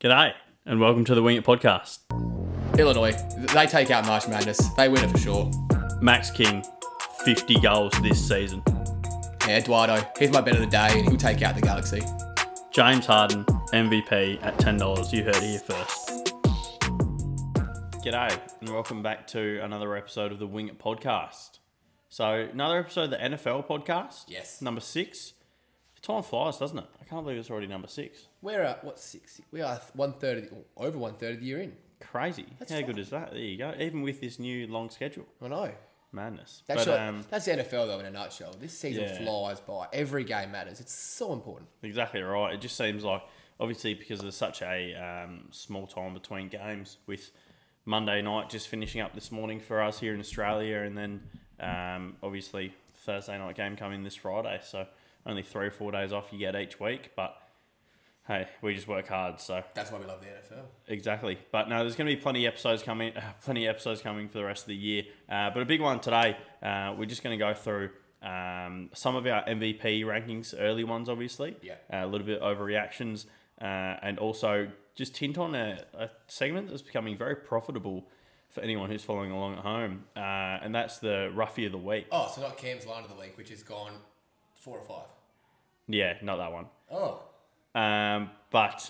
G'day, and welcome to the Wing It podcast. Illinois, they take out March Madness. They win it for sure. Max King, 50 goals this season. Yeah, Eduardo, he's my bet of the day, and he'll take out the Galaxy. James Harden, MVP at $10. You heard it here first. G'day, and welcome back to another episode of the Wing It podcast. So, another episode of the NFL podcast. Yes. Number six. Time flies, doesn't it? I can't believe it's already number six. We're at what six? We are one third of the, oh, over one third of the year in. Crazy. How fine. good is that? There you go. Even with this new long schedule. I know. Madness. That's, but, your- um, that's the NFL though in a nutshell. This season Yeah. flies by. Every game matters. It's so important. Exactly right. It just seems like, obviously, because there's such a um, small time between games, with Monday night just finishing up this morning for us here in Australia, and then um, obviously Thursday night game coming this Friday. So only three or four days off you get each week, but hey, we just work hard. So That's why we love the NFL. Exactly, but no, there's going to be plenty of episodes coming, uh, plenty of episodes coming for the rest of the year. Uh, but a big one today. Uh, we're just going to go through um, some of our MVP rankings, early ones, obviously. Yeah. Uh, a little bit overreactions, uh, and also just hint on a, a segment that's becoming very profitable for anyone who's following along at home, uh, and that's the roughie of the week. Oh, so not Cam's line of the week, which has gone four or five. Yeah, not that one. Oh, Um, but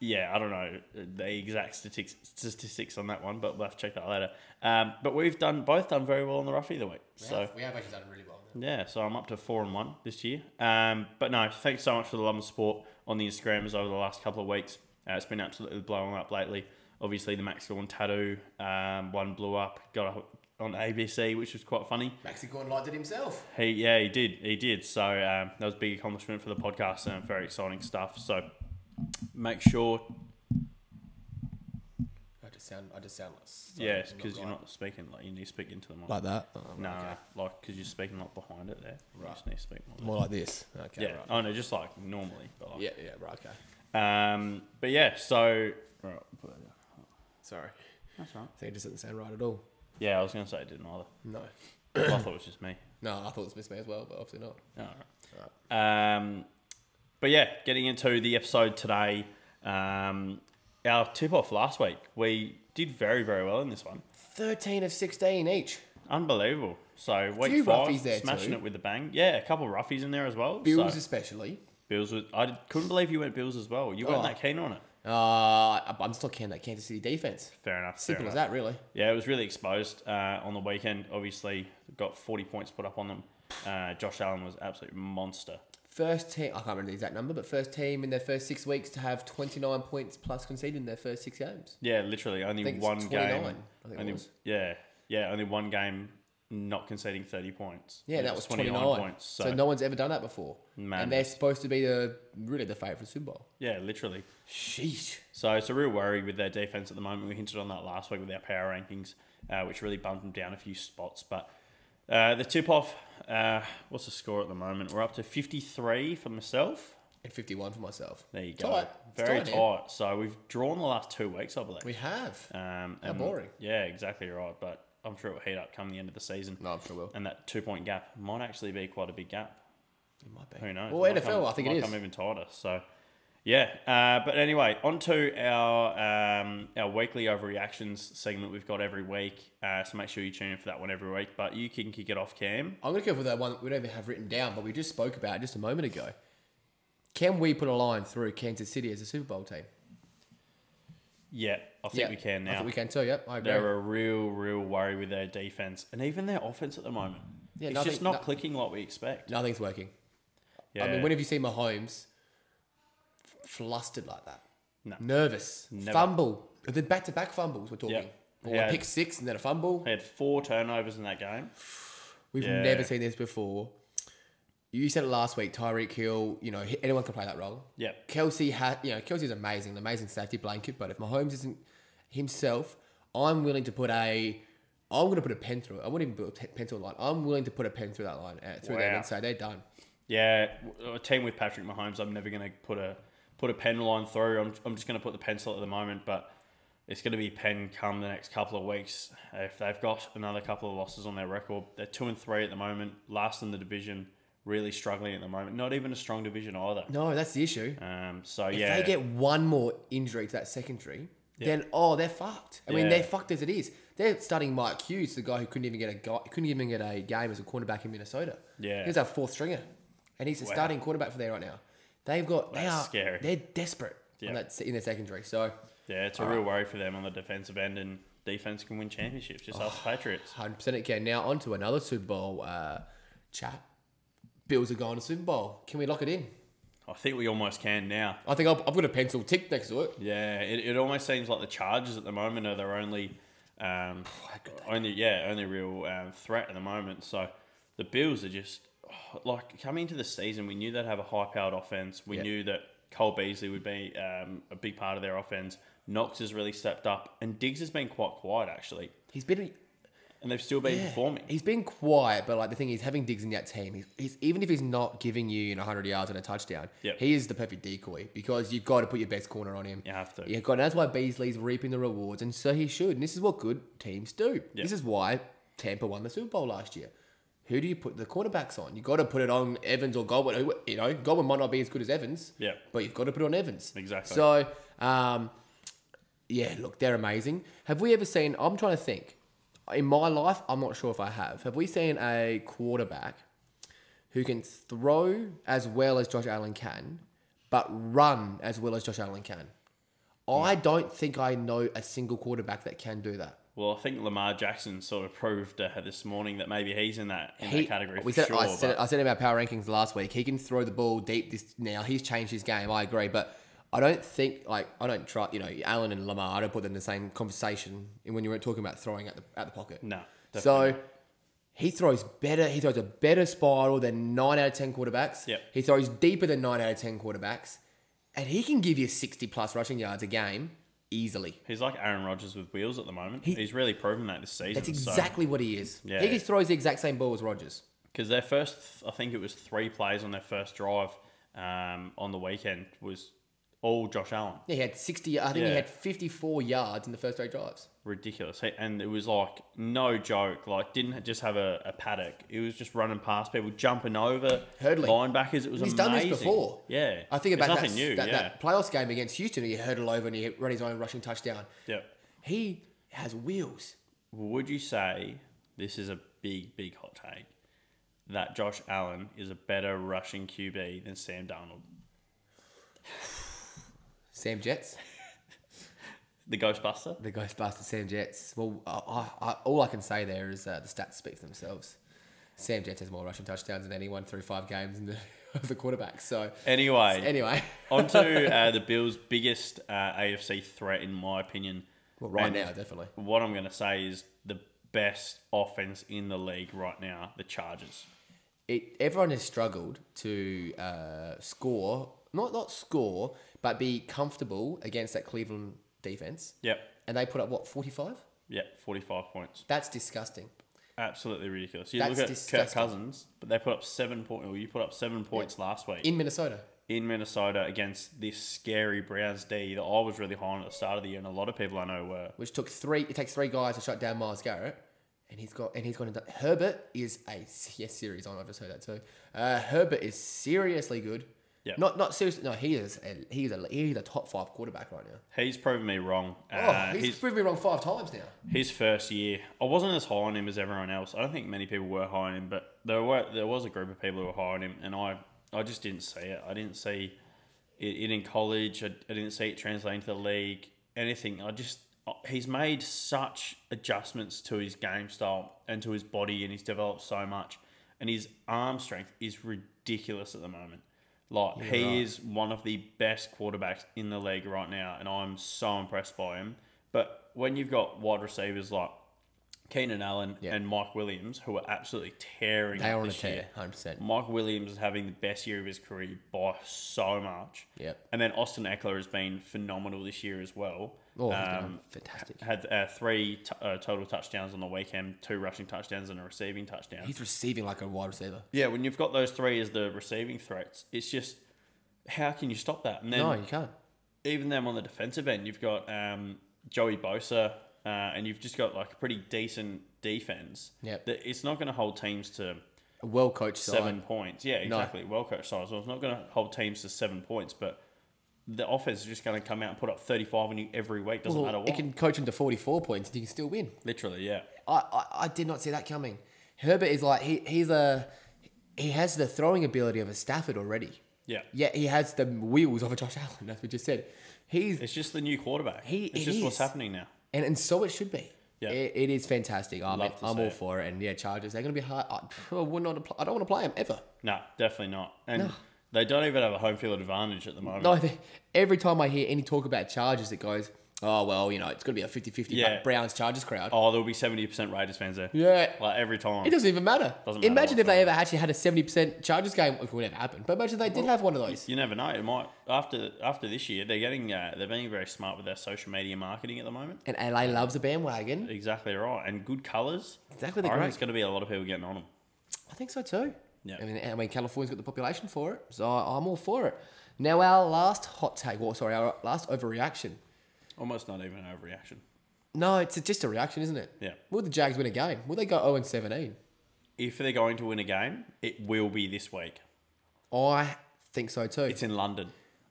yeah, I don't know the exact statistics, statistics on that one, but we'll have to check that later. Um, but we've done both done very well on the roughie of the week. So we have actually done really well. yeah, so I'm up to four and one this year. Um, but no, thanks so much for the love and support on the Instagrams over the last couple of weeks. Uh, it's been absolutely blowing up lately. Obviously, the Max Gorn tattoo um, one blew up, got up on ABC, which was quite funny. Maxi Gorn liked it himself. He yeah he did he did so um, that was a big accomplishment for the podcast and very exciting stuff. So make sure I just sound, I just sound like Yes, because you're not speaking like you need to speak into the mic. like that. Oh, no, okay. like because you're speaking like behind it there. You Right. just need to speak more. more like this. Okay, yeah. right. Oh no, just like normally. But like, Yeah, yeah, right. Okay, Um. But yeah. So. Right, but- sorry. That's right. I think it just doesn't sound right at all. Yeah, I was gonna say it didn't either. No. Well, I thought it was just me. No, I thought it was Miss May as well, but obviously not. No, right. Um. But yeah, getting into the episode today. Um. Our tip off last week, we did very very well in this one. 13 of 16 each. Unbelievable. So week few five, roughies there smashing too. it with a bang. Yeah, a couple of roughies in there as well. Bills, so. especially. Bills was. I couldn't believe you went Bills as well. You weren't Oh. that keen on it. Uh, I- I'm still counting that Kansas City defense. Fair enough. fair Simple as enough. that, really. Yeah, it was really exposed uh, on the weekend. Obviously, got forty points put up on them. Uh, Josh Allen was absolute monster. First team, I can't remember the exact number, but first team in their first six weeks to have 29 points plus conceded in their first six games. Yeah, literally only think it's one game. 29, I think it only, was. Yeah, yeah, only one game not conceding thirty points. Yeah, It that was 29. points. So, so. no one's ever done that before. And they're Madness. supposed to be the really the favourite for the Super Bowl. yeah, literally. Sheesh. So it's a real worry with their defense at the moment. We hinted on that last week with our power rankings, uh, which really bumped them down a few spots. But uh, the tip off, uh, what's the score at the moment? We're up to 53 for myself. And 51 for myself. There you It's go. tight. It's Very tight. tight, man. So we've drawn the last two weeks, I believe. We have. um, and- boring. Yeah, exactly right. But I'm sure it'll heat up come the end of the season. No, I'm sure we'll. And that two point gap might actually be quite a big gap. It might be. Who knows? Well, It might NFL, come- I think it might is. come even tighter. So, yeah. Uh, but anyway, on to our um, our weekly overreactions segment we've got every week. Uh, so make sure you tune in for that one every week. But you can kick it off, Cam. I'm going to go for that one that we don't even have written down, but we just spoke about just a moment ago. Can we put a line through Kansas City as a Super Bowl team? Yeah, I think we can I now. think we can too. Yep, I agree. They're a real, real worry with their defense and even their offense at the moment. Yeah, it's nothing- just not no- clicking like we expect. Nothing's working. Yeah, I mean, when have you seen Mahomes f- flustered like that? No. Nervous. Never. Fumble. And then back to back fumbles we're talking. Yep. Or Yeah. a pick six and then a fumble. they had four turnovers in that game. We've Yeah. never seen this before. You said it last week, Tyreek Hill, you know, h- anyone can play that role. Yeah, Kelsey had, you know, Kelsey's amazing, an amazing safety blanket. But if Mahomes isn't himself, I'm willing to put a, I'm going to put a pen through it. I wouldn't even put a t- pen through a line. I'm willing to put a pen through that line, uh, through them, Wow. and say they're done. Yeah, w- a team with Patrick Mahomes, I'm never going to put a put a pen line through. I'm, I'm just going to put the pencil at the moment, but it's going to be pen come the next couple of weeks. If they've got another couple of losses on their record, they're two and three at the moment, last in the division, really struggling at the moment. Not even a strong division either. No, that's the issue. Um, so If yeah, they get one more injury to that secondary, then oh, they're fucked. I mean, Yeah. they're fucked as it is. They're starting Mike Hughes, the guy who couldn't even get a guy, couldn't even get a game as a cornerback in Minnesota. Yeah. he's our fourth stringer, and he's the Wow. starting quarterback for there right now. They've got they That's are scary. they're desperate Yeah. on that, se- in their secondary. So yeah, it's a real worry for them on the defensive end, and defense can win championships. Just ask the Patriots. hundred percent it can. Now on to another Super Bowl uh, chat. Bills are going to Super Bowl. Can we lock it in? I think we almost can now. I think I'll, I've got a pencil tick next to it. Yeah, it, it almost seems like the Chargers at the moment are their only, um, only yeah, only real um, threat at the moment. So the Bills are just oh, like coming into the season, we knew they'd have a high-powered offense. We Yeah. knew that Cole Beasley would be um, a big part of their offense. Knox has really stepped up, and Diggs has been quite quiet actually, He's been and they've still been Yeah. performing. He's been quiet, but like the thing is, having Diggs in that team, he's, he's even if he's not giving you you know, 100 yards and a touchdown, Yep. he is the perfect decoy because you've got to put your best corner on him. You have to. You've got, and that's why Beasley's reaping the rewards, and so he should. And this is what good teams do. Yep. This is why Tampa won the Super Bowl last year. Who do you put the cornerbacks on? You've got to put it on Evans or Godwin. who- You know, Godwin might not be as good as Evans, Yep. but you've got to put it on Evans. Exactly. So, um, yeah, look, they're amazing. Have we ever seen? I'm trying to think. In my life, I'm not sure if I have. Have we seen a quarterback who can throw as well as Josh Allen can, but run as well as Josh Allen can? I don't think I know a single quarterback that can do that. Well, I think Lamar Jackson sort of proved uh, this morning that maybe he's in that in He- that category we for said, sure. I, said but- it, I said it about power rankings last week. He can throw the ball deep this now. He's changed his game. I agree, but I don't think like I don't try. You know, Allen and Lamar. I don't put them in the same conversation when you were talking about throwing at the at the pocket. No, So he throws better. He throws a better spiral than nine out of ten quarterbacks. Yep. He throws deeper than nine out of ten quarterbacks, and he can give you sixty plus rushing yards a game easily. He's like Aaron Rodgers with wheels at the moment. he's really proven that this season. That's exactly what he is. Yeah. He just throws the exact same ball as Rogers. because their first, I think it was three plays on their first drive um, on the weekend was all Josh Allen. Yeah, he had 60. I think he Yeah. had 54 yards in the first eight drives. Ridiculous, He- and it was like no joke. Like didn't just have a, a paddock. It was just running past people, jumping over Hurdling. linebackers. It was He's amazing. done this before. Yeah, I think It's about that, nothing new. that, yeah, that playoffs game against Houston. He hurdled over and he ran his own rushing touchdown. yeah. He has wheels. Would you say this is a big, big hot take that Josh Allen is a better rushing QB than Sam Darnold? Sam Jets, the Ghostbuster. the Ghostbuster Sam Jets. Well, I, I, I, all I can say there is uh, the stats speak for themselves. Sam Jets has more rushing touchdowns than anyone through five games in the, of the quarterback. So Anyway, anyway, onto uh, the Bills' biggest uh, AFC threat, in my opinion. well, right And now definitely. what I'm going to say is the best offense in the league right now, the Chargers. it everyone has struggled to uh, score, not not score, but be comfortable against that Cleveland defense. Yep, And they put up what forty five? yep, 45 points, That's disgusting. absolutely ridiculous. You That's look at Kirk disgusting. Cousins, but they put up seven points. Well, you put up seven points last week in, In Minnesota, Minnesota against this scary Browns D that I was really high on at the start of the year, and a lot of people I know were. which took three, it takes three guys to shut down Miles Garrett, and he's got and he's gone into Herbert is a yes series on. I just heard that too. Uh, Herbert is seriously good. Yeah. Not not seriously. No, he is a, he is a he is a top five quarterback right now. He's proven me wrong. Oh, Uh, he's proven me wrong five times now. his first year, I wasn't as high on him as everyone else. I don't think many people were high on him, but there were there was a group of people who were high on him, and I I just didn't see it. I didn't see it, it in college. I, I didn't see it translating to the league. Anything. I just he's made such adjustments to his game style and to his body, and he's developed so much. And his arm strength is ridiculous at the moment. Like he right. is one of the best quarterbacks in the league right now, and I'm so impressed by him. But when you've got wide receivers like Keenan Allen Yeah. and Mike Williams, who are absolutely tearing, They up are on a this year, tear, hundred percent. Mike Williams is having the best year of his career by so much. Yep. And then Austin Eckler has been phenomenal this year as well. Oh, he's Um, done fantastic. had uh, three t- uh, total touchdowns on the weekend, two rushing touchdowns and a receiving touchdown. He's receiving like a wide receiver. yeah, when you've got those three as the receiving threats, it's just how can you stop that? And then No, you can't. even them on the defensive end, you've got um, Joey Bosa, uh, and you've just got like a pretty decent defense. Yep. That it's not going to hold teams to a well coached side. seven points. Yeah, exactly. Well coached side. So it's not going to hold teams to seven points, but the offense is just going to come out and put up 35 on you every week. Doesn't Well, matter what. It can coach him to 44 points and you can still win. Literally, yeah. I, I, I did not see that coming. Herbert is like, he, he's a, he has the throwing ability of a Stafford already. Yeah. Yet he has the wheels of a Josh Allen, as we just said. He's, It's just the new quarterback. He- it's it just what's is. happening now. and, and so it should be. Yeah. It, it is fantastic. I'm, I'm Love to see all it. for it. And yeah, Chargers, they're going to be hard. I, I, would not apply, I don't want to play them ever. No, definitely not. And they don't even have a home field advantage at the moment. No, they, every time I hear any talk about Chargers, it goes, oh, well, you know, it's going to be a 50 50 Yeah. Browns Chargers crowd. Oh, there'll be 70% Raiders fans there. Yeah. Like every time. It doesn't even matter. Doesn't matter imagine what's if they going ever actually had a 70% Chargers game, which would never happen, but imagine they did have one of those. You never know. It might after after this year. They're getting uh, they're being very smart with their social media marketing at the moment. And LA loves a bandwagon. Exactly right. And good colours. Exactly, they're I reckon great. it's going to be a lot of people getting on them. I think so too. Yeah. I mean, I mean, California's got the population for it, so I'm all for it. Now, our last hot take, or sorry, our last overreaction. Almost not even an overreaction. No, it's just a reaction, isn't it? Yeah. Will the Jags win a game? Will they go 0 and 17? If they're going to win a game, it will be this week. I think so too. It's in London.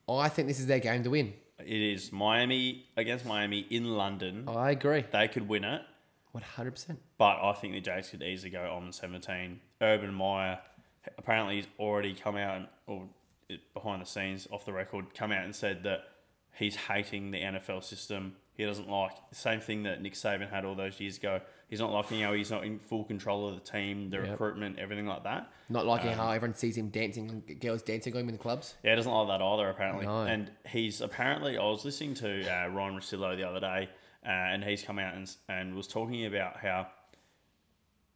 I think this is their game to win. It is Miami against Miami in London. I agree. They could win it, 100%. but I think the Jags could easily go on 17. Urban Meyer apparently he's already come out and, or it- behind the scenes, off the record, come out and said that he's hating the NFL system. He doesn't like the same thing that Nick Saban had all those years ago. He's not liking how he's not in full control of the team, the recruitment, everything like that. Not Um, liking how everyone sees him dancing, girls dancing on him in the clubs. Yeah, he doesn't like that either, apparently. No. And he's apparently, I was listening to uh, Ryan Rosillo the other day, uh, and he's come out and, and was talking about how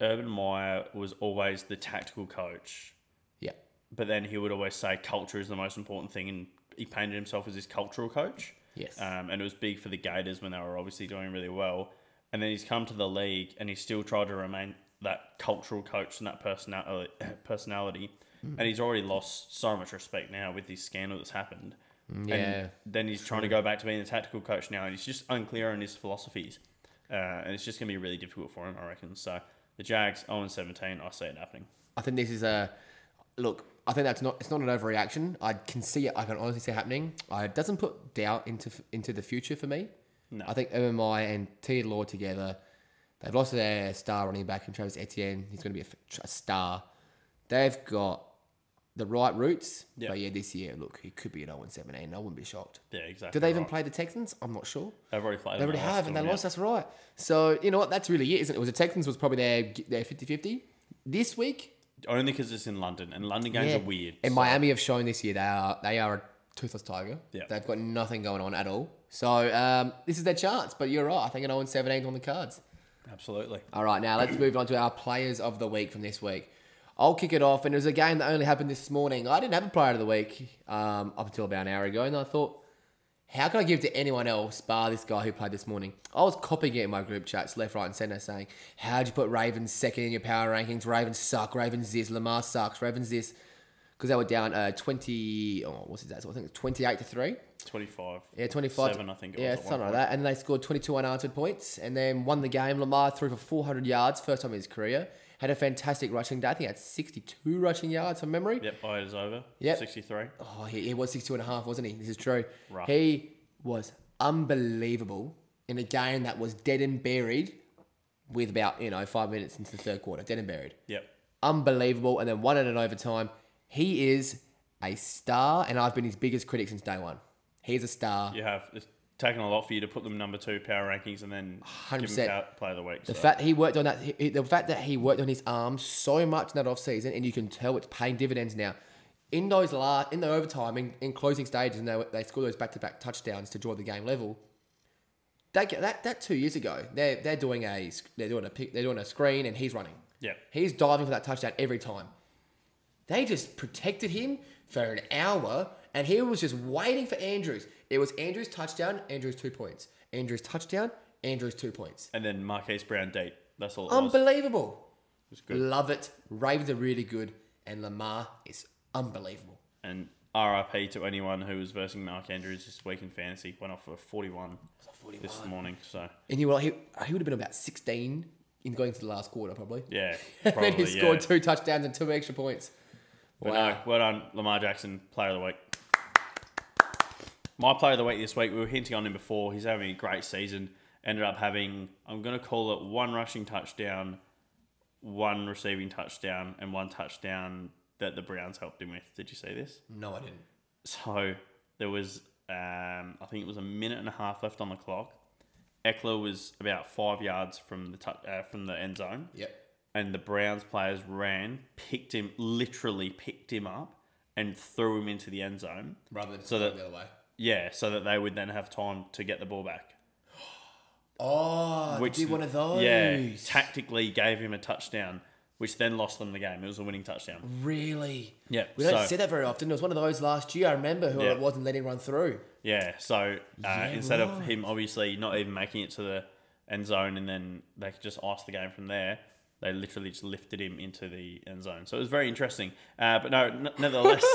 Urban Meyer was always the tactical coach, Yeah. but then he would always say culture is the most important thing, and he painted himself as this cultural coach. Yes. Um, and it was big for the Gators when they were obviously doing really well. And then he's come to the league and he's still tried to remain that cultural coach and that personality. personality. Hmm. And he's already lost so much respect now with this scandal that's happened. Yeah. And then he's trying to go back to being a tactical coach now, and he's just unclear on his philosophies. Uh, and it's just going to be really difficult for him, I reckon. So the Jags, 0 17, I see it happening. I think this is a look. I think that's not. It's not an overreaction. I can see it. I can honestly see it happening. I, it doesn't put doubt into into the future for me. No. I think MMI and T Law together, they've lost their star running back in Travis Etienne. He's going to be a f- a, star. They've got the right roots. Yeah. But yeah, this year, look, he could be an 0 17. I wouldn't be shocked. Yeah, exactly. Do they even right. play the Texans? I'm not sure. They've already played. They already have, and they lost. That's right. So you know what? That's really it, isn't it? It was the Texans was probably their their 50-50. This week, Only because it's in London, and London games yeah. are weird. And so- Miami have shown this year they are they are a toothless tiger. Yeah. They've got nothing going on at all. So um, this is their chance. But you're right. I think an 0 17 is on the cards. Absolutely. All right, now let's move on to our players of the week from this week. I'll kick it off, and it was a game that only happened this morning. I didn't have a player of the week um, up until about an hour ago, and I thought, how can I give to anyone else bar this guy who played this morning? I was copying it in my group chats, left, right, and centre, saying, how'd you put Ravens second in your power rankings? Ravens suck, Ravens this, Lamar sucks, Ravens this. Because they were down uh, 20, oh, what's that? So I think it's 28 to 3. Twenty-five. Yeah, 25. Seven, I think it yeah, was at one something like that. And they scored 22 unanswered points and then won the game. Lamar threw for 400 yards, first time in his career. Had a fantastic rushing day. I think he had 62 rushing yards from memory. Yep, I is over. Yep. Sixty-three. Oh, he, he was 62 and a half, wasn't he? This is true. Rough. He was unbelievable in a game that was dead and buried with about, you know, five minutes into the third quarter. Dead and buried Yep. unbelievable, and then won it in overtime. He is a star, and I've been his biggest critic since day one. He's a star. You have. It's taken a lot for you to put them number two power rankings and then give 100%. them power, player of the week. The so. fact that he worked on that, he- the fact that he worked on his arm so much in that off season, and you can tell it's paying dividends now. In those last, in the overtime, in, in closing stages, and they, they scored those back to back touchdowns to draw the game level. That, that, that two years ago, they're, they're doing a sc- they're doing a pick, they're doing a screen, and he's running. Yep. He's diving for that touchdown every time. They just protected him for an hour, and he was just waiting for Andrews. It was Andrews' touchdown, Andrews' two points. Andrews' touchdown, Andrews' two points. And then Marquise Brown deep. That's all. It was. It Unbelievable. was good. Love it. Ravens are really good, and Lamar is unbelievable. And RIP to anyone who was versing Mark Andrews this week in fantasy. Went off for forty-one, this morning. So uh, And you were like, he, he would have been about 16, in going to the last quarter, probably. Yeah, And probably. then he yeah. scored two touchdowns and two extra points. But Wow. no, well done, Lamar Jackson, player of the week. My player of the week this week, we were hinting on him before. He's having a great season. Ended up having, I'm going to call it one rushing touchdown, one receiving touchdown, and one touchdown that the Browns helped him with. Did you see this? No, I didn't. So there was, um, I think it was a minute and a half left on the clock. Eckler was about five yards from the tou- uh, from the end zone Yep. and the Browns players ran, picked him, literally picked him up, and threw him into the end zone. Rather than So that- the other way. Yeah, so that they would then have time to get the ball back. Oh, Which did one of those. Yeah, tactically gave him a touchdown, which then lost them the game. It was a winning touchdown. really? Yeah, We don't so- see that very often. There was one of those last year, I remember, who Yeah. it wasn't letting run through. Yeah, so uh, instead of right. him obviously not even making it to the end zone and then they could just ice the game from there. They literally just lifted him into the end zone, so it was very interesting. Uh, but no, n- nevertheless,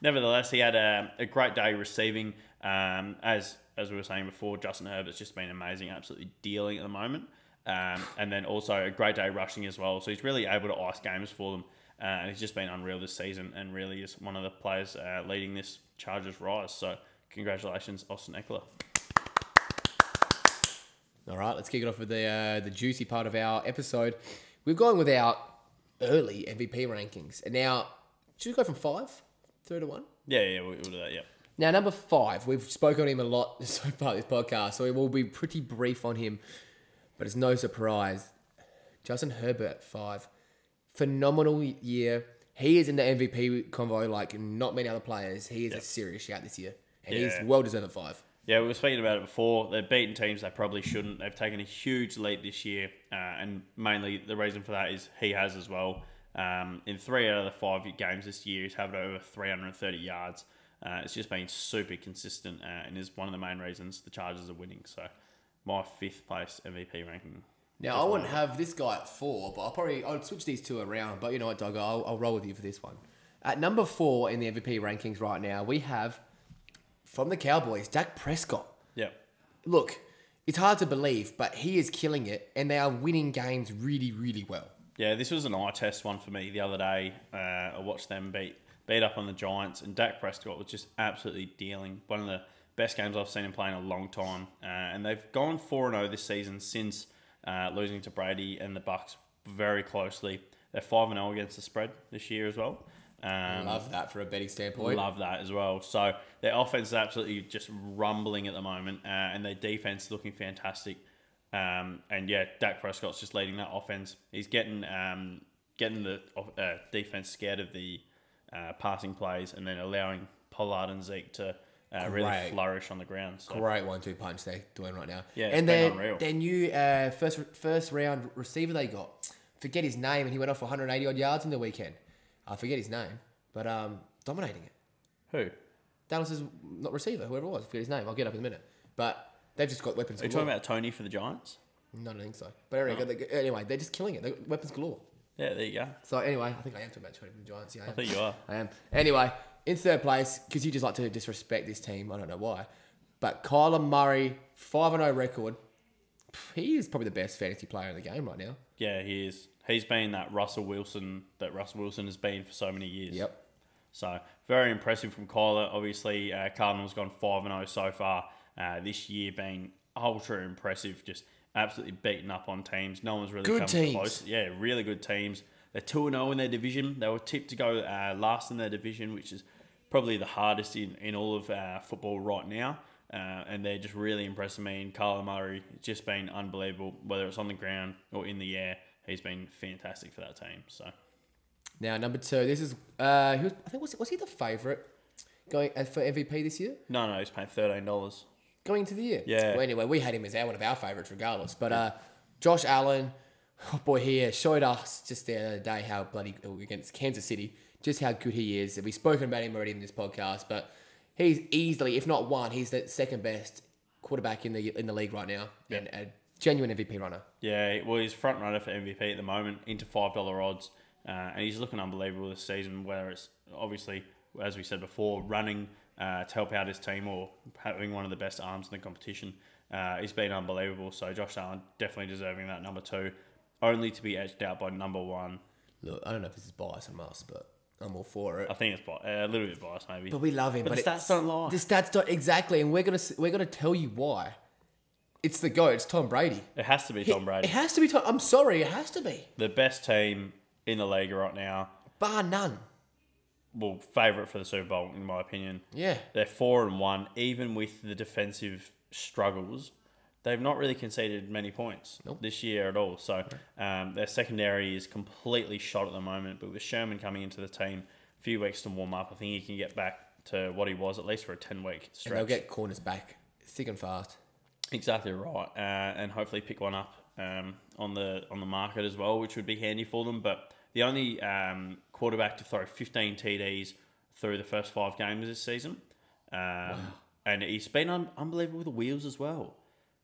nevertheless, he had a, a great day receiving. Um, as as we were saying before, Justin Herbert's just been amazing, absolutely dealing at the moment. Um, and then also a great day rushing as well. So he's really able to ice games for them. Uh, and he's just been unreal this season and really is one of the players uh, leading this Chargers rise. So congratulations, Austin Eckler. All right, let's kick it off with the uh, the juicy part of our episode. We've gone with our early MVP rankings, and now should we go from five through to one? Yeah, yeah, we'll, we'll do that, yeah. Now, number five, we've spoken on him a lot so far this podcast, so we will be pretty brief on him, but it's no surprise. Justin Herbert, five. Phenomenal year. He is in the MVP convo like not many other players. He is a serious shout this year, and Yeah. he's well deserved at five. Yeah, we were speaking about it before. They've beaten teams they probably shouldn't. They've taken a huge leap this year, uh, and mainly the reason for that is he has as well. Um, in three out of the five games this year, he's had over 330 yards. Uh, it's just been super consistent uh, and is one of the main reasons the Chargers are winning. So, my fifth place MVP ranking. Now I wouldn't have this guy at four, but I'll probably I'd switch these two around. But you know what, Dogger, I'll, I'll roll with you for this one. At number four in the MVP rankings right now, we have from the Cowboys, Dak Prescott. Yep. Look, it's hard to believe, but he is killing it, and they are winning games really, really well. Yeah, this was an eye test one for me the other day. Uh, I watched them beat beat up on the Giants, and Dak Prescott was just absolutely dealing. One of the best games I've seen him play in a long time, uh, and they've gone four zero this season since uh, losing to Brady and the Bucks very closely. They're five zero against the spread this year as well. Um, Love that for a betting standpoint. Love that as well. So their offense is absolutely just rumbling at the moment, uh, and their defense is looking fantastic. Um, and yeah, Dak Prescott's just leading that offense. He's getting um, getting the off- uh, defense scared of the uh, passing plays, and then allowing Pollard and Zeke to uh, really Great. flourish on the ground. So Great one-two punch they're doing right now. Yeah, it's been and their unreal. their new uh, first first round receiver they got. Forget his name, and he went off for 180 odd yards in the weekend. I forget his name, but um, dominating it. who? Dallas's not receiver, whoever it was. I forget his name. I'll get it up in a minute. But they've just got weapons. Are you galore. talking Oh. about Tony for the Giants? No, I don't think so. But anyway, they- anyway, they're just killing it. They've got weapons galore. Yeah, there you go. So anyway, I think I am talking about Tony from the Giants. Yeah, I am. I think you are. I am. Anyway, in third place because you just like to disrespect this team. I don't know why, but Kyler Murray, five and zero record. Pff, He is probably the best fantasy player in the game right now. Yeah, he is. He's been that Russell Wilson that Russell Wilson has been for so many years. Yep. So very impressive from Kyler. Obviously, uh, Cardinals gone five and zero so far uh, this year, being ultra impressive. Just absolutely beaten up on teams. No one's really Good come teams. close. Yeah, really good teams. They're two and zero in their division. They were tipped to go uh, last in their division, which is probably the hardest in, in all of uh, football right now. Uh, and they're just really impressing me. And Carla Murray, it's just been unbelievable. Whether it's on the ground or in the air, he's been fantastic for that team. So Now number two, this is uh, he was, I think was was he the favorite going uh, for MVP this year? no, no, he's paying thirteen dollars. going into the year. Yeah. Well, anyway, we had him as our, one of our favourites, regardless. But uh, Josh Allen, oh boy, he uh, showed us just the other day how bloody against Kansas City, just how good he is. And We've spoken about him already in this podcast, but he's easily, if not one, he's the second best quarterback in the in the league right now, and a genuine MVP runner. Yeah, well, he's front runner for MVP at the moment, into five dollar odds, uh, and he's looking unbelievable this season. Whether it's obviously, as we said before, running uh, to help out his team or having one of the best arms in the competition, uh, he's been unbelievable. So Josh Allen definitely deserving that number two. only to be edged out by number one. Look, I don't know if this is bias on us, but I'm all for it. I think it's bi- uh, a little bit biased, maybe. But we love him. But But, the it's- stats don't lie. The stats don't exactly, and we're gonna s- we're gonna tell you why. It's the goat. It's Tom Brady. It has to be Tom Brady. It has to be Tom. I'm sorry. It has to be. the best team in the league right now. Bar none. Well, favourite for the Super Bowl, in my opinion. Yeah. They're four and one, even with the defensive struggles. They've not really conceded many points Nope. this year at all. So um, their secondary is completely shot at the moment. But with Sherman coming into the team, a few weeks to warm up, I think he can get back to what he was at least for a ten week And they'll stretch. get corners back thick and fast. exactly right, uh, and hopefully pick one up um, on the on the market as well, which would be handy for them. But the only um, quarterback to throw fifteen TDs through the first five games this season. Um, And he's been un- unbelievable with the wheels as well.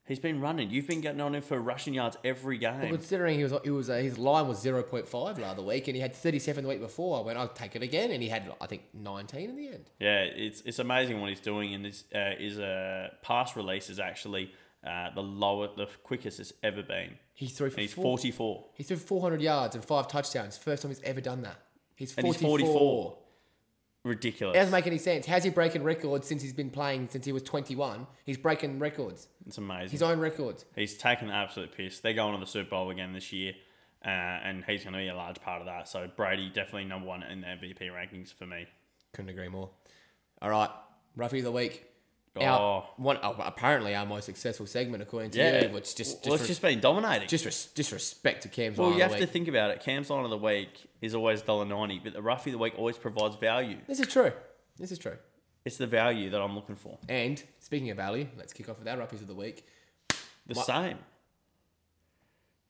He's been running. You've been getting on him for rushing yards every game. Considering he was, he was uh, his line was 0.5 the other week, and he had 37 the week before. I went, I'll take it again, and he had I think 19 in the end. Yeah, it's it's amazing what he's doing, and his uh, his uh, pass release is actually uh, the lower, the quickest it's ever been. He threw for And he's four- forty four. He threw 400 yards and five touchdowns. First time he's ever done that. He's 44. And he's 44. It Ridiculous! doesn't make any sense. How's he breaking records since he's been playing since he was 21? He's breaking records, It's amazing. his own records. He's taken the absolute piss. They're going to the Super Bowl again this year, uh, and he's going to be a large part of that. So Brady definitely number one in the MVP rankings for me. Couldn't agree more. All right, roughie of the week. Oh. Our, one, oh, apparently our most successful segment according to Yeah, you, which just well, just, it's just, just been dominating. just res- disrespect to Cam's well, line you of have to the week. think about it. Cam's line of the week is always dollar ninety, but the roughie of the week always provides value. this is true. This is true. It's the value that I'm looking for. And speaking of value, let's kick off with our roughies of the week. The same.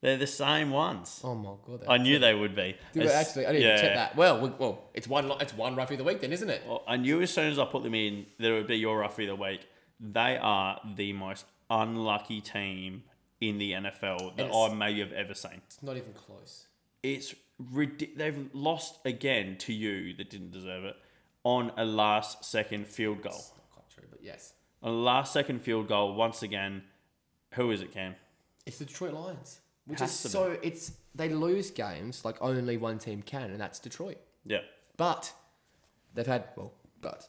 They're the same ones. Oh my god, that, I knew they would be. Dude, As- actually, I didn't even yeah. check that. Well, we, well, it's one, lo- it's one roughie of the week then, isn't it? Well, I knew as soon as I put them in that it would be your roughie of the week. They are the most unlucky team in the NFL that And I it's- may have ever seen. It's not even close. It's ridic- They've lost again to you that didn't deserve it on a last second field goal. It's not quite true, but yes, A last second field goal once again. Who is it, Cam? it's the Detroit Lions, which Has is to be. so it's they lose games like only one team can, and that's Detroit. Yeah. But they've had well, but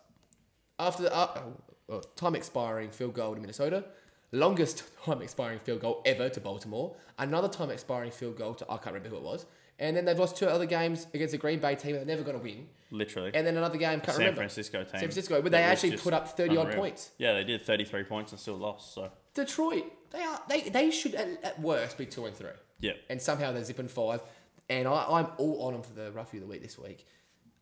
after the uh, well, time expiring field goal to Minnesota, longest time expiring field goal ever to Baltimore, another time expiring field goal to I can't remember who it was, and then they've lost two other games against a Green Bay team that they're never going to win, Literally. and then another game can't San remember. Francisco team. San Francisco, but they actually put up 30 odd points. Yeah, they did 33 points and still lost. So, Detroit, they are they they should at, at worst be two and three. yeah. and somehow they're zipping five. And I, I'm all on them for the roughie of the week this week.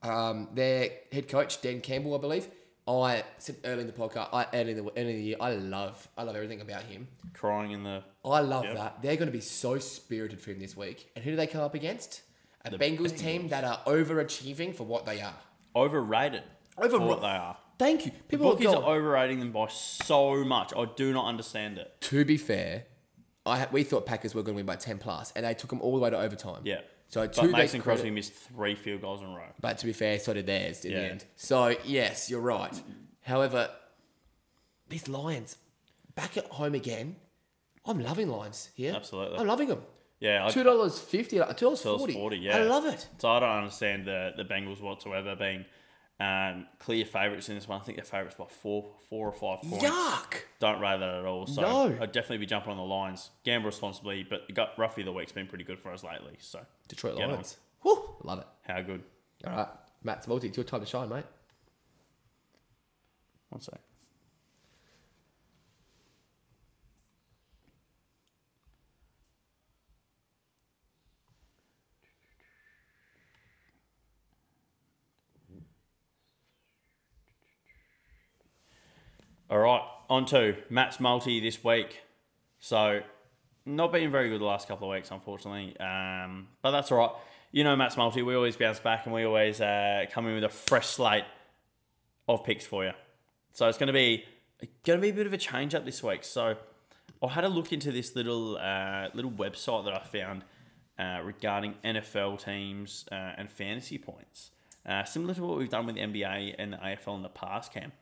Um, their head coach Dan Campbell, I believe. I said early in the podcast, I early in the, early in the year, I love, I love everything about him. Crying in the I love Yep. that. They're going to be so spirited for him this week. And who do they come up against? A Bengals, team that are overachieving for what they are. overrated. for Overra- what they are. Thank you. People Bookies are are overrating them by so much. I do not understand it. to be fair, I ha- we thought Packers were going to win by ten plus, and they took them all the way to overtime. Yeah. So But two Mason Crosby missed three field goals in a row. But to be fair, so did theirs in Yeah. the end. So yes, you're right. However, these Lions back at home again. I'm loving Lions here. Absolutely. I'm loving them. Yeah, I, Two dollars fifty. Two dollars forty. $2.40, yeah. I love it. so I don't understand the the Bengals whatsoever being um, clear favourites in this one. I think they're favourites by four, four or five points. Yuck. Don't rate that at all. So No. I'd definitely be jumping on the lines. Gamble responsibly, but the gut roughly the week's been pretty good for us lately. So Detroit Get on. Lions. Woo, love it. how good? All right, Matt Smolty, it's your time to shine, mate. One sec. All right, on to Matt's multi this week. So, not been very good the last couple of weeks, unfortunately. Um, but that's all right. You know, Matt's multi, we always bounce back and we always uh, come in with a fresh slate of picks for you. So it's going to be going to be a bit of a change up this week. So I had a look into this little uh, little website that I found uh, regarding NFL teams uh, and fantasy points, uh, similar to what we've done with NBA and the AFL in the past, Cam.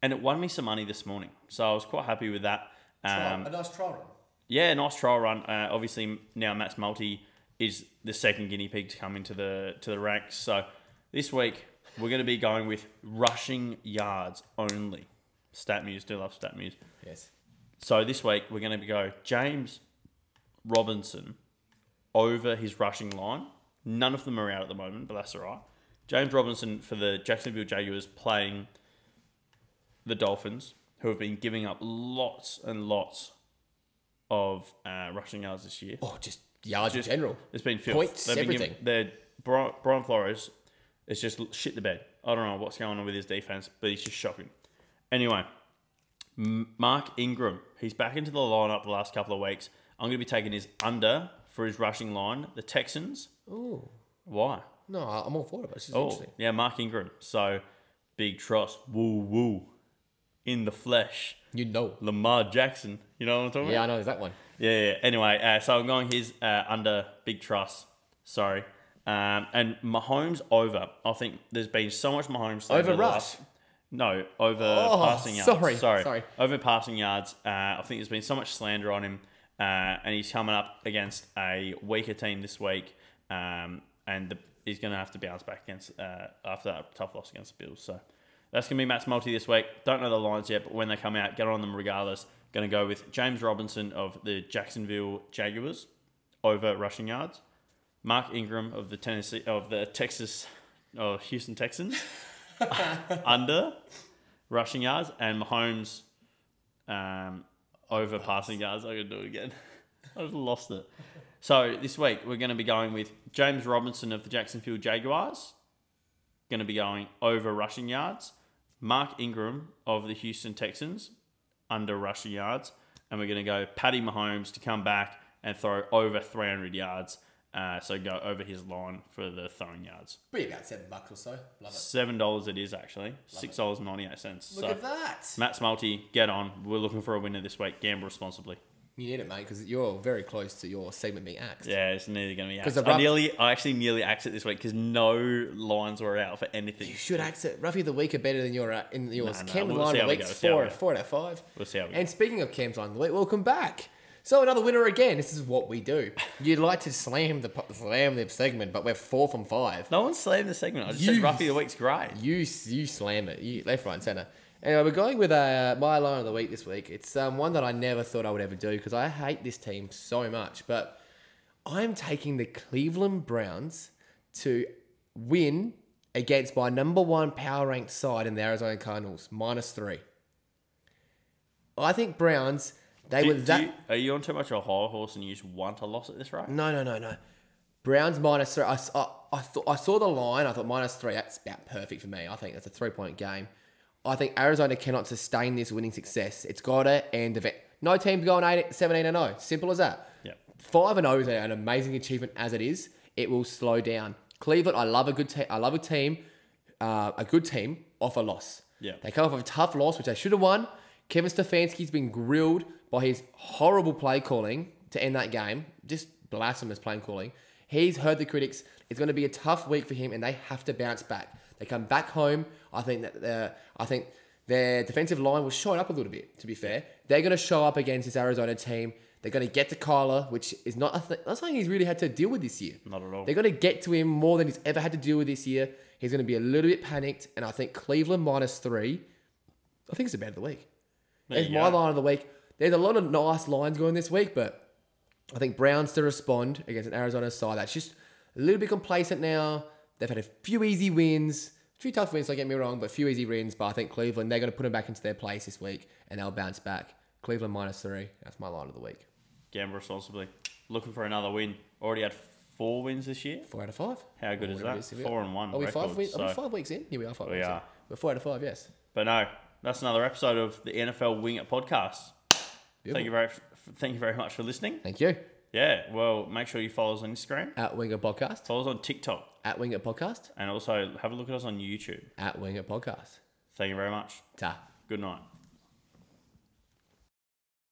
And it won me some money this morning, so I was quite happy with that. Um, Oh, a nice trial run. yeah, nice trial run. Uh, obviously, now Matt's multi is the second guinea pig to come into the to the ranks. So this week we're going to be going with rushing yards only. Stat Muse, do love Stat Muse. Yes. So this week we're going to go James Robinson over his rushing line. None of them are out at the moment, but that's all right. James Robinson for the Jacksonville Jaguars playing the Dolphins, who have been giving up lots and lots of uh, rushing yards this year. Oh, just yards Just- in general. It's been filth. Points, They've been given- everything. they're- Brian, Brian Flores is just l- shit the bed. I don't know what's going on with his defense, but he's just shocking. Anyway, M- Mark Ingram, he's back into the lineup the last couple of weeks. I'm going to be taking his under for his rushing line. The Texans, Ooh. why? No, I- I'm all for it. But it's just Oh, interesting. yeah, Mark Ingram. So big trust, woo woo, in the flesh. You know. Lamar Jackson, you know what I'm talking about? Yeah, I know. Is that one? Yeah, yeah. Anyway, uh, so I'm going his uh, under big trust. Sorry. Um, and Mahomes over. I think there's been so much Mahomes Over the Russ? last- No, over Oh, passing yards. sorry, sorry, sorry. Over passing yards. Uh, I think there's been so much slander on him, uh, and he's coming up against a weaker team this week, um, and the, he's going to have to bounce back against uh, after that tough loss against the Bills. So that's going to be Matt's multi this week. Don't know the lines yet, but when they come out, get on them regardless. Going to go with James Robinson of the Jacksonville Jaguars over rushing yards. Mark Ingram of the Tennessee of the Texas of Houston Texans under rushing yards and Mahomes um, over passing yards. I could do it again. I've lost it. So this week we're going to be going with James Robinson of the Jacksonville Jaguars. Going to be going over rushing yards. Mark Ingram of the Houston Texans under rushing yards, and we're going to go Patty Mahomes to come back and throw over 300 yards. Uh, so go over his line for the throwing yards. Be about seven bucks or so. Love it. Seven dollars it is actually. Six dollars and ninety eight cents. Look So at that. Matt Smalty, get on. We're looking for a winner this week. Gamble responsibly. You need it, mate, because you're very close to your segment being axed. Yeah, it's nearly going to be. Axed. the I rough- nearly, I actually nearly axed it this week because no lines were out for anything. You should axe it. Roughie of the week are better than your uh, in yours. Nah, nah, Cam's we'll line see of how the we week go, is see how we four, go. four out of five. We'll see how we And speaking of Cam's line of the week, welcome back. So another winner again. This is what we do. You'd like to slam the po- slam the segment, but we're four from five. No one slammed the segment. I just You- said Ruffy the week's great. You you slam it. You left, right, and center. Anyway, we're going with uh, my line of the week this week. It's um, one that I never thought I would ever do because I hate this team so much. But I'm taking the Cleveland Browns to win against my number one power ranked side in the Arizona Cardinals, minus three. I think Browns. They Do- were do that. Mm. you- are you on too much of a high horse and you just want a loss at this rate? No, no, no, no. Browns minus three. I, I, I, thought, I saw the line. I thought minus three. That's about perfect for me. I think that's a three point game. I think Arizona cannot sustain this winning success. It's got to end of it. No team's going 8, 17 and 0. Simple as that. Yep. 5 and 0 is an amazing achievement as it is. It will slow down. Cleveland, I love a good team. I love a team, uh, a good team off a loss. Yeah. They come off of a tough loss, which they should have won. Kevin Stefanski's been grilled by his horrible play calling to end that game. Just blasphemous play calling. He's heard the critics. It's going to be a tough week for him, and they have to bounce back. They come back home. I think that uh, I think their defensive line will shine up a little bit. To be fair, they're going to show up against this Arizona team. They're going to get to Kyler, which is not a th- not something he's really had to deal with this year. Not at all. They're going to get to him more than he's ever had to deal with this year. He's going to be a little bit panicked, and I think Cleveland minus three. I think it's the bet of the week. There It's you my go. line of the week. There's a lot of nice lines going this week, but I think Browns to respond against an Arizona side that's just a little bit complacent now. They've had a few easy wins, a few tough wins, don't get me wrong, but a few easy wins. But I think Cleveland, they're going to put them back into their place this week, and they'll bounce back. Cleveland minus three. That's my line of the week. Gamble responsibly. Looking for another win. Already had four wins this year. Four out of five. How good Or is whatever that? it Here we Four are. and one Are we five, record, we, so- are we five weeks in? Here we are five We weeks in. are. We're four out of five, yes. But no, that's another episode of the NFL Wing It podcast. Thank you very, thank you very much for listening. Thank you. Yeah, well, make sure you follow us on Instagram, At Winger Podcast. follow us on TikTok, At Winger Podcast. and also have a look at us on YouTube. At Winger Podcast. Thank you very much. Ta. Good night.